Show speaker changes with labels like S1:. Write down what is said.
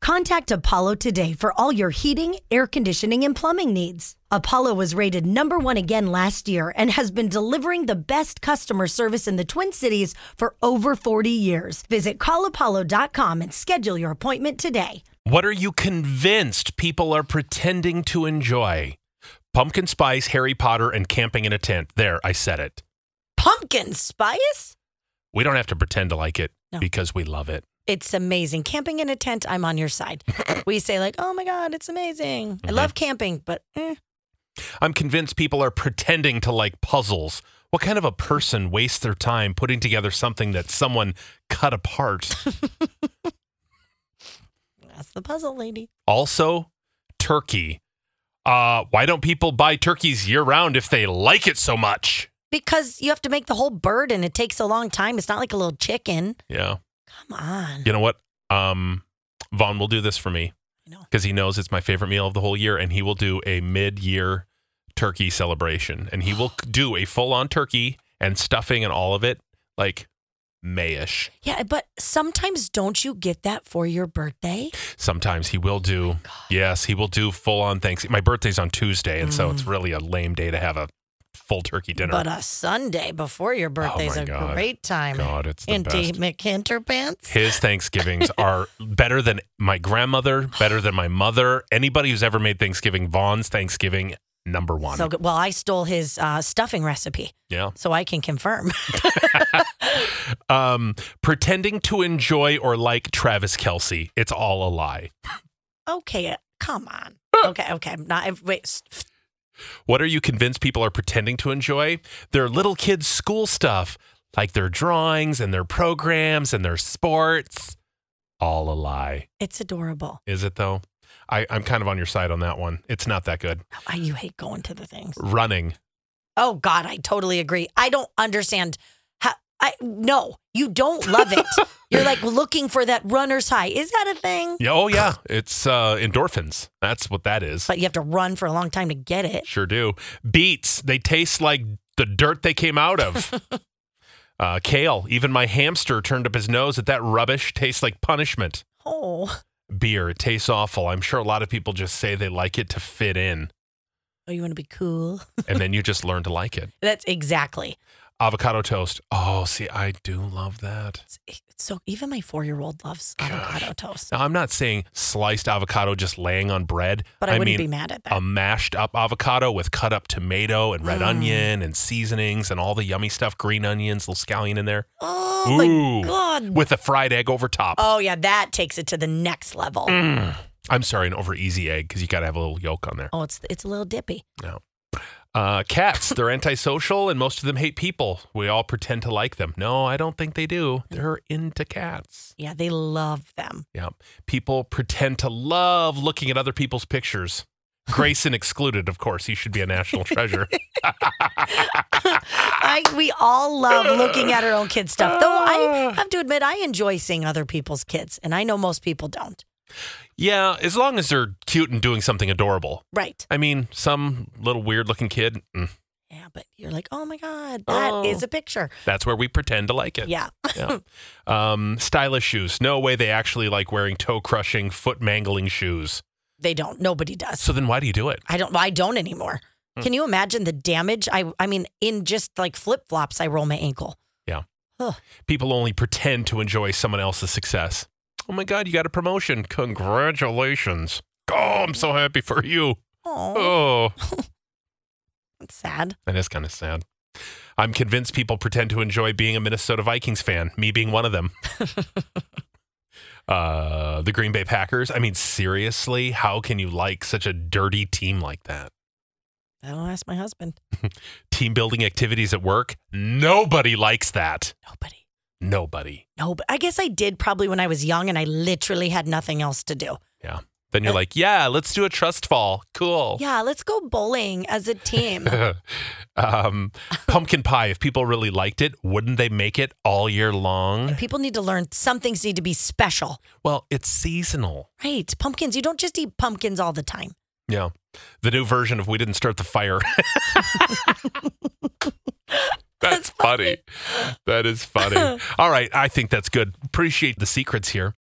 S1: Contact Apollo today for all your heating, air conditioning, and plumbing needs. Apollo was rated number one again last year and has been delivering the best customer service in the Twin Cities for over 40 years. Visit callapollo.com and schedule your appointment today.
S2: What are you convinced people are pretending to enjoy? Pumpkin spice, Harry Potter, and camping in a tent. There, I said it.
S1: Pumpkin spice?
S2: We don't have to pretend to like it
S1: No.
S2: because we love it.
S1: It's amazing. Camping in a tent, I'm on your side. we say, like, oh my God, it's amazing. I love camping, but eh.
S2: I'm convinced people are pretending to like puzzles. What kind of a person wastes their time putting together something that someone cut apart?
S1: That's the puzzle lady.
S2: also, turkey. Uh, why don't people buy turkeys year round if they like it so much?
S1: Because you have to make the whole bird and it takes a long time. It's not like a little chicken.
S2: Yeah.
S1: Come on.
S2: You know what? Um, Vaughn will do this for me
S1: I know.
S2: because he knows it's my favorite meal of the whole year, and he will do a mid-year turkey celebration, and he will do a full-on turkey and stuffing and all of it, like Mayish.
S1: Yeah, but sometimes don't you get that for your birthday?
S2: Sometimes he will
S1: Oh
S2: do. yes, he will do full-on Thanksgiving. My birthday's on Tuesday, and so it's
S1: Mm.
S2: really a lame day to have a full turkey dinner. Oh
S1: But a Sunday before your birthday is
S2: my
S1: a
S2: God.
S1: great time.
S2: God, it's the
S1: Auntie
S2: best.
S1: McHinterpants.
S2: His Thanksgivings are better than my grandmother, better than my mother, anybody who's ever made Thanksgiving. Vaughn's Thanksgiving number one.
S1: So good. Well, I stole his uh, stuffing recipe,
S2: yeah.
S1: so I can confirm.
S2: um, pretending to enjoy or like Travis Kelsey. It's all a lie.
S1: okay, uh, come on. Okay, okay. I'm not. I've- Wait, s- f-
S2: What are you convinced people are pretending to enjoy? Their little kids' school stuff, like their drawings and their programs and their sports. All a lie.
S1: it's adorable.
S2: Is it though? I, I'm kind of on your side on that one. It's not that good.
S1: I, you hate going to the things.
S2: Running.
S1: Oh God, I totally agree. I don't understand how. I no, you don't love it. You're like looking for that runner's high. Is that a thing?
S2: Yeah, oh yeah. It's uh, endorphins. That's what that is.
S1: But you have to run for a long time to get it.
S2: Sure do. Beets, they taste like the dirt they came out of. uh, kale, even my hamster turned up his nose at that rubbish. Tastes like punishment.
S1: Oh,
S2: Beer, it tastes awful. I'm sure a lot of people just say they like it to fit in,
S1: oh, you want to be cool?
S2: and then you just learn to like it.
S1: That's exactly.
S2: Avocado toast. Oh, see, I do love that.
S1: It's, it's so even my four year old loves avocado toast,
S2: Now, I'm not saying sliced avocado just laying on bread,
S1: but I, wouldn't
S2: mean um,
S1: be mad at that.
S2: a mashed up avocado with cut up tomato and red
S1: Mm.
S2: onion and seasonings and all the yummy stuff, green onions, little scallion in there.
S1: oh
S2: Ooh.
S1: my god.
S2: with a fried egg over top.
S1: Oh yeah, that takes it to the next level.
S2: Mm. I'm sorry, an over easy egg because you got to have a little yolk on there.
S1: Oh, it's it's a little dippy.
S2: Uh, cats, they're antisocial and most of them hate people. We all pretend to like them. No, I don't think they do. They're into cats.
S1: Yeah, they love them.
S2: Yeah. People pretend to love looking at other people's pictures. Grayson excluded, of course. He should be a national treasure.
S1: I we all love looking at our own kids' stuff. Though
S2: Ah.
S1: I have to admit, I enjoy seeing other people's kids, and I know most people don't.
S2: yeah, as long as they're cute and doing something adorable.
S1: Right?
S2: I mean, some little weird looking kid, mm,
S1: Yeah, but you're like, oh my god, that is
S2: Oh.
S1: a picture.
S2: that's where we pretend to like it.
S1: Yeah.
S2: yeah. Um, stylish shoes. No way they actually like wearing toe crushing, foot mangling shoes.
S1: they don't. Nobody does.
S2: So then why do you do it?
S1: I don't. I don't anymore. Can you imagine the damage? I. I mean, in just like flip flops, I roll my ankle.
S2: People only pretend to enjoy someone else's success. Oh my God, you got a promotion. Congratulations. Oh, I'm so happy for you.
S1: Oh,
S2: Oh,
S1: that's sad.
S2: that is kind of sad. I'm convinced people pretend to enjoy being a Minnesota Vikings fan, me being one of them. uh, the Green Bay Packers. I mean, seriously, how can you like such a dirty team like that?
S1: I'll ask my husband.
S2: team building activities at work. Nobody likes that.
S1: Nobody.
S2: Nobody.
S1: No, but I guess I did probably when I was young, and I literally had nothing else to do.
S2: Then you're like, yeah, let's do a trust fall. Cool.
S1: Yeah, let's go bowling as a team.
S2: um, pumpkin pie. If people really liked it, wouldn't they make it all year long?
S1: People need to learn some things need to be special,
S2: Well, it's seasonal.
S1: right? Pumpkins. You don't just eat pumpkins all the time.
S2: Yeah. The new version of We Didn't Start the Fire. That's funny. That is funny. All right. I think that's good. Appreciate the secrets here.